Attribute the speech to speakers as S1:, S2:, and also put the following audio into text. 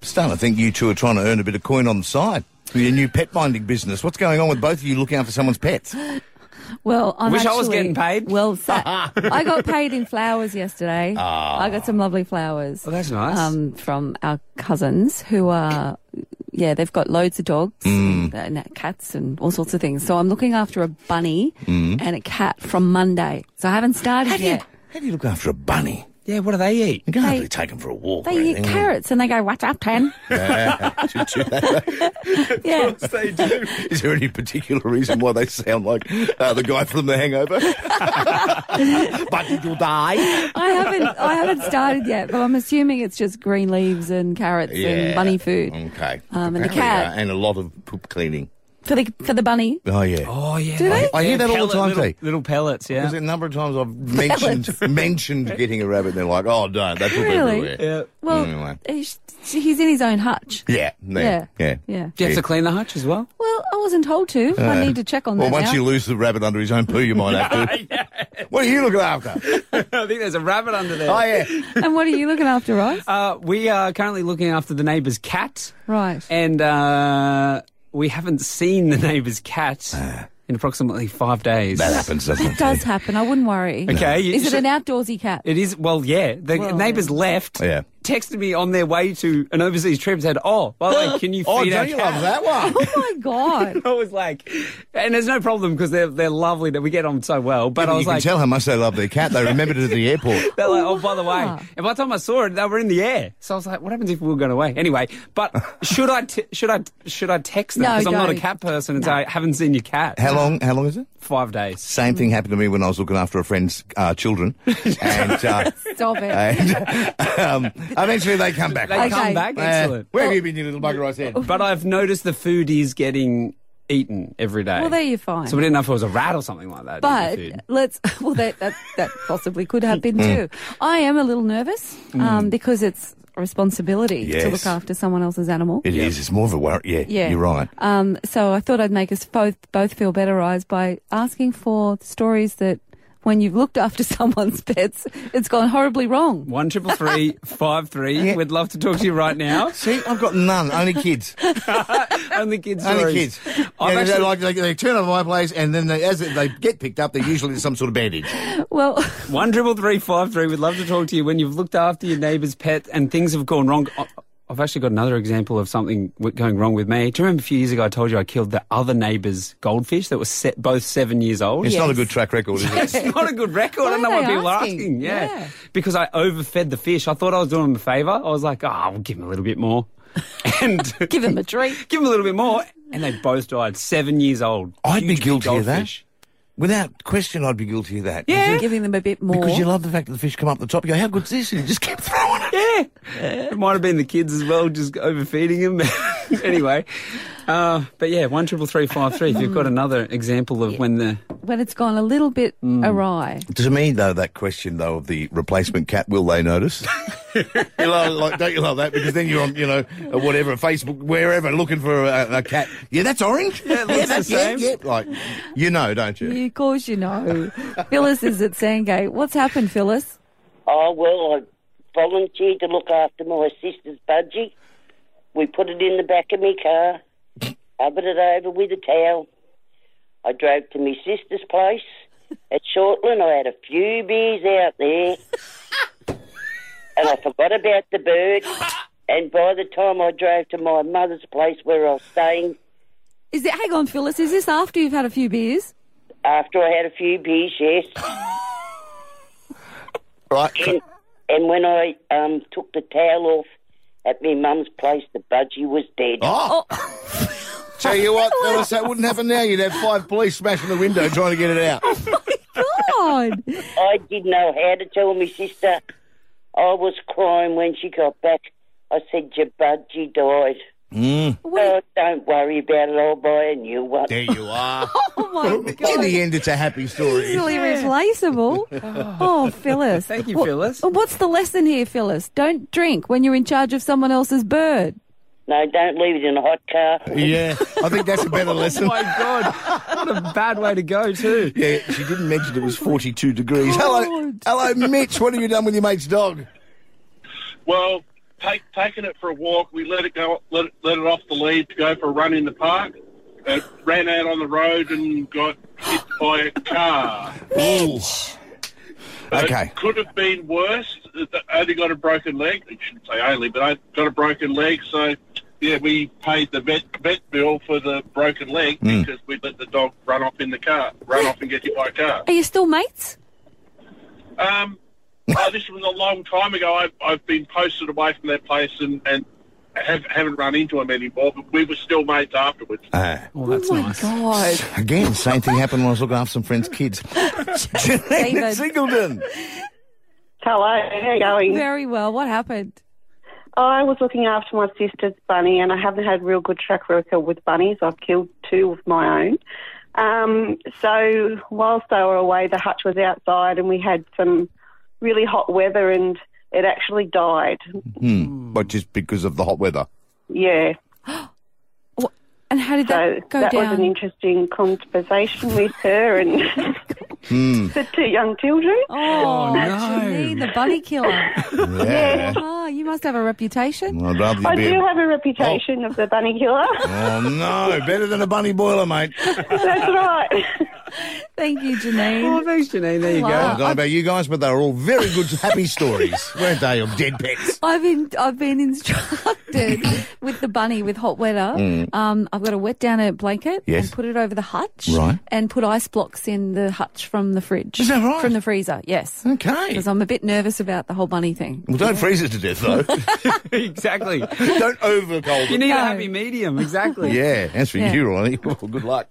S1: Starting to think you two are trying to earn a bit of coin on the side with your new pet minding business. What's going on with both of you looking after someone's pets?
S2: Well, I'm
S3: Wish I
S2: actually,
S3: was getting paid.
S2: Well, sa- I got paid in flowers yesterday. I got some lovely flowers.
S3: Ah. Oh, that's nice.
S2: Um, from our cousins who are, yeah, they've got loads of dogs
S3: Mm.
S2: and, uh, and cats and all sorts of things. So I'm looking after a bunny
S3: Mm.
S2: and a cat from Monday. So I haven't started
S1: How do you
S2: yet.
S1: how do you look after a bunny?
S3: Yeah, what do they eat?
S1: You can't
S2: They-
S1: really take them for a walk. or
S2: They eat
S1: anything.
S2: carrots and they go, what's up, Tan?
S1: Yeah. Do that.
S2: Yeah.
S1: They do. Is there any particular reason why they sound like uh, the guy from The Hangover?
S3: But you'll die.
S2: I haven't, I haven't started yet, but I'm assuming it's just green leaves and carrots and bunny food.
S1: Okay.
S2: Um, and the
S1: Apparently,
S2: cat.
S1: uh, and a lot of poop cleaning.
S2: For the, for the bunny.
S1: Oh yeah.
S3: Oh, yeah.
S2: Do they?
S1: I hear that all the time,
S3: little,
S1: T.
S3: Little pellets, yeah.
S1: There's a number of times I've mentioned mentioned getting a rabbit, and they're like, "Oh, don't they poop
S2: Really?
S1: everywhere."
S3: Yeah.
S2: Well,
S1: Anyway.
S2: he's, he's in his own hutch.
S1: Yeah, yeah,
S2: Yeah.
S1: yeah,
S2: Yeah.
S3: Do you have to clean the hutch as well?
S2: Well, I wasn't told to. I need to check on
S1: Uh, Well,
S2: that
S1: once
S2: now.
S1: you lose the rabbit under his own poo, you might have to. What are you looking after?
S3: I think there's a rabbit under there.
S1: Oh yeah,
S2: and what are you looking after, Rose?
S3: Uh, we are currently looking after the neighbour's cat,
S2: right.
S3: and uh, we haven't seen the neighbour's cat
S1: Ah.
S3: in approximately five days.
S1: that happens. Doesn't
S2: It does happen. I wouldn't worry.
S3: Okay, you-
S2: Is it
S3: so-
S2: an outdoorsy cat?
S3: It is. Well, yeah. The
S2: Well,
S3: neighbours left.
S1: Yeah.
S3: Texted me on their way to an overseas trip. Said, "Oh, by the way, can you feed
S1: Oh,
S3: our
S1: don't you
S3: cat?"
S1: love that one?
S2: oh my god.
S3: I was like, and there's no problem because they're they're lovely that we get on so well. But I
S1: you
S3: was
S1: can
S3: like,
S1: tell how much they love their cat. They remembered it at the airport.
S3: They're like, oh, by the
S2: Wow.
S3: way. And by the time I saw it, they were in the air. So I was like, what happens if we were going away? Anyway, but should I t- should I should I text them
S2: No,
S3: because I'm not a
S2: don't.
S3: cat person and say I haven't seen your cat.
S1: How long? How long is it?
S3: Five days.
S1: Same thing happened to me when I was looking after a friend's uh, children, and, uh,
S2: Stop it.
S1: and um, eventually they come back.
S3: They
S1: right?
S3: come
S2: Okay. Oh.
S3: back.
S1: Uh,
S3: Excellent.
S1: where have you been, you little bugger? I said.
S3: But I've noticed the food is getting eaten every day.
S2: Well, there you're fine.
S3: So we didn't know if it was a rat or something like that. in the
S2: but
S3: food.
S2: let's well that that, that possibly could happen
S1: Mm.
S2: too. I am a little nervous um, because it's a responsibility to
S1: Yes.
S2: look after someone else's animal.
S1: It is. It's more of a worry. Yeah,
S2: Yeah.
S1: you're right.
S2: Um, so I thought I'd make us both both feel better, eyes, by asking for stories that when you've looked after someone's pets, it's gone horribly wrong.
S3: one triple three five three. We'd love to talk to you right now.
S1: See, I've got none. Only kids.
S3: Only kids.
S1: Only
S3: stories.
S1: kids.
S3: I've
S1: Yeah,
S3: actually-
S1: they, like, they, they turn up at my place, and then they, as they get picked up, they're usually in some sort of bandage.
S2: Well,
S3: One triple three five three. We'd love to talk to you when you've looked after your neighbour's pet and things have gone wrong. I- I've actually got another example of something w- going wrong with me. Do you remember a few years ago I told you I killed the other neighbour's goldfish that was set, both seven years old?
S1: It's not a
S2: Yes.
S1: good track record, is it?
S3: It's not a good record. I
S2: Why
S3: don't know
S2: are
S3: why
S2: they
S3: people are
S2: asking?
S3: asking. Yeah.
S2: Yeah.
S3: Because I overfed the fish. I thought I was doing them a favour. I was like, oh, I'll give him a little bit more. And
S2: give him a treat.
S3: give him a little bit more. And they both died, seven years old.
S1: I'd be
S3: Huge, big
S1: guilty of that.
S3: goldfish.
S1: Without question, I'd be guilty of that.
S3: Yeah.
S2: Giving them a bit more.
S1: Because you love the fact that the fish come up the top. You go, how good's this? And you just keep throwing it.
S3: Yeah. It might have been the kids as well, just overfeeding him. anyway. Uh, but yeah, one triple three five three. If you've got another example of when the
S2: when it's gone a little bit
S1: Mm.
S2: awry.
S1: To me, though, that question though of the replacement cat, will they notice? you love, like, don't you love that? Because then you're on, you know, uh, whatever Facebook, wherever, looking for a, a cat. Yeah, that's orange. Yeah,
S3: it looks the
S1: that's yeah,
S3: same.
S1: yeah. Like, you know, don't you?
S2: Of course, you know. Phyllis is at Sandgate. What's happened, Phyllis?
S4: Oh, well, I volunteered to look after my sister's budgie. We put it in the back of my car, covered it over with a towel. I drove to my sister's place at Shortland. I had a few beers out there, and I forgot about the bird. And by the time I drove to my mother's place where I was staying,
S2: Is it? Hang on, Phyllis. Is this after you've had a few beers?
S4: after I had a few beers, yes,
S1: Right.
S4: and, and when I um, took the towel off at my mum's place, the budgie was dead.
S1: Oh. Tell you what, Phyllis, that wouldn't happen now. You'd have five police smashing the window trying to get it out.
S2: God.
S4: I didn't know how to tell my sister. I was crying when she got back. I said, Your budgie died.
S2: Wait,
S4: Oh, don't worry about it. I'll buy a new one.
S1: Mm. There you are.
S2: oh my
S1: In
S2: God.
S1: the end, it's a happy story.
S2: Easily replaceable. Oh, Phyllis.
S3: Thank you,
S2: Wha-
S3: Phyllis.
S2: What's the lesson here, Phyllis? Don't drink when you're in charge of someone else's bird.
S4: No, don't leave it in a hot car.
S1: Yeah, I think that's a better
S3: Oh
S1: lesson.
S3: my god, what a bad way to go too.
S1: Yeah, she didn't mention it was 42 degrees. Hello, hello, Mitch. What have you done with your mate's dog?
S5: Well, take, taking it for a walk. We let it go, let it, let it off the lead to go for a run in the park. It ran out on the road and got hit by a car. It
S1: Okay.
S5: could have been worse. It only got a broken leg. I shouldn't say only, but I got a broken leg. So, yeah, we paid the vet, vet bill for the broken leg because we let the dog run off in the car, run off and get hit by a car.
S2: Are you still mates?
S5: Um, oh, this was a long time ago. I've, I've been posted away from that place and, and have, haven't run into him anymore, but we were still mates afterwards.
S1: Ah.
S3: Well, that's
S2: oh my
S3: nice.
S2: god.
S1: Again, same thing happened when I was looking after some friends' kids. Janine
S2: David.
S1: Singleton.
S6: Hello, how you going?
S2: Very well. What happened?
S6: I was looking after my sister's bunny, and I haven't had a real good track record with bunnies. I've killed two of my own. Um, so whilst they were away, the hutch was outside, and we had some really hot weather, and it actually died.
S1: But just because of the hot weather.
S6: Yeah,
S2: Wha- And how did
S6: so
S2: that go
S6: that
S2: down?
S6: was an interesting conversation with her and
S1: Hmm.
S6: the two young children.
S2: oh,
S3: Oh,
S2: Janine, the bunny killer.
S1: Yeah.
S2: oh, you must have a reputation.
S1: I'd rather you
S6: I
S1: be.
S6: do
S1: a-
S6: have a reputation of the bunny killer.
S1: oh no! Better than a bunny boiler, mate.
S6: That's right.
S2: Thank you,
S3: Oh,
S2: Janine.
S3: thanks, Janine. There you go.
S1: I don't know about you guys, but they were all very good, happy stories, weren't they? Of dead pets.
S2: I've been I've been instructed with the bunny with hot weather. Um, I've got to wet down a blanket
S1: Mm. Yes.
S2: and put it over the hutch,
S1: Right.
S2: And put ice blocks in the hutch from the fridge.
S1: Is that right?
S2: From the freezer, yes.
S1: Okay.
S2: Because I'm a bit nervous about the whole bunny thing.
S1: Well, don't freeze it to death, though.
S3: exactly.
S1: don't overcold
S3: You
S1: it.
S3: need a
S2: No.
S3: happy medium. Exactly.
S1: Yeah, as for
S2: Yeah.
S1: you, Ronnie. Well, good luck.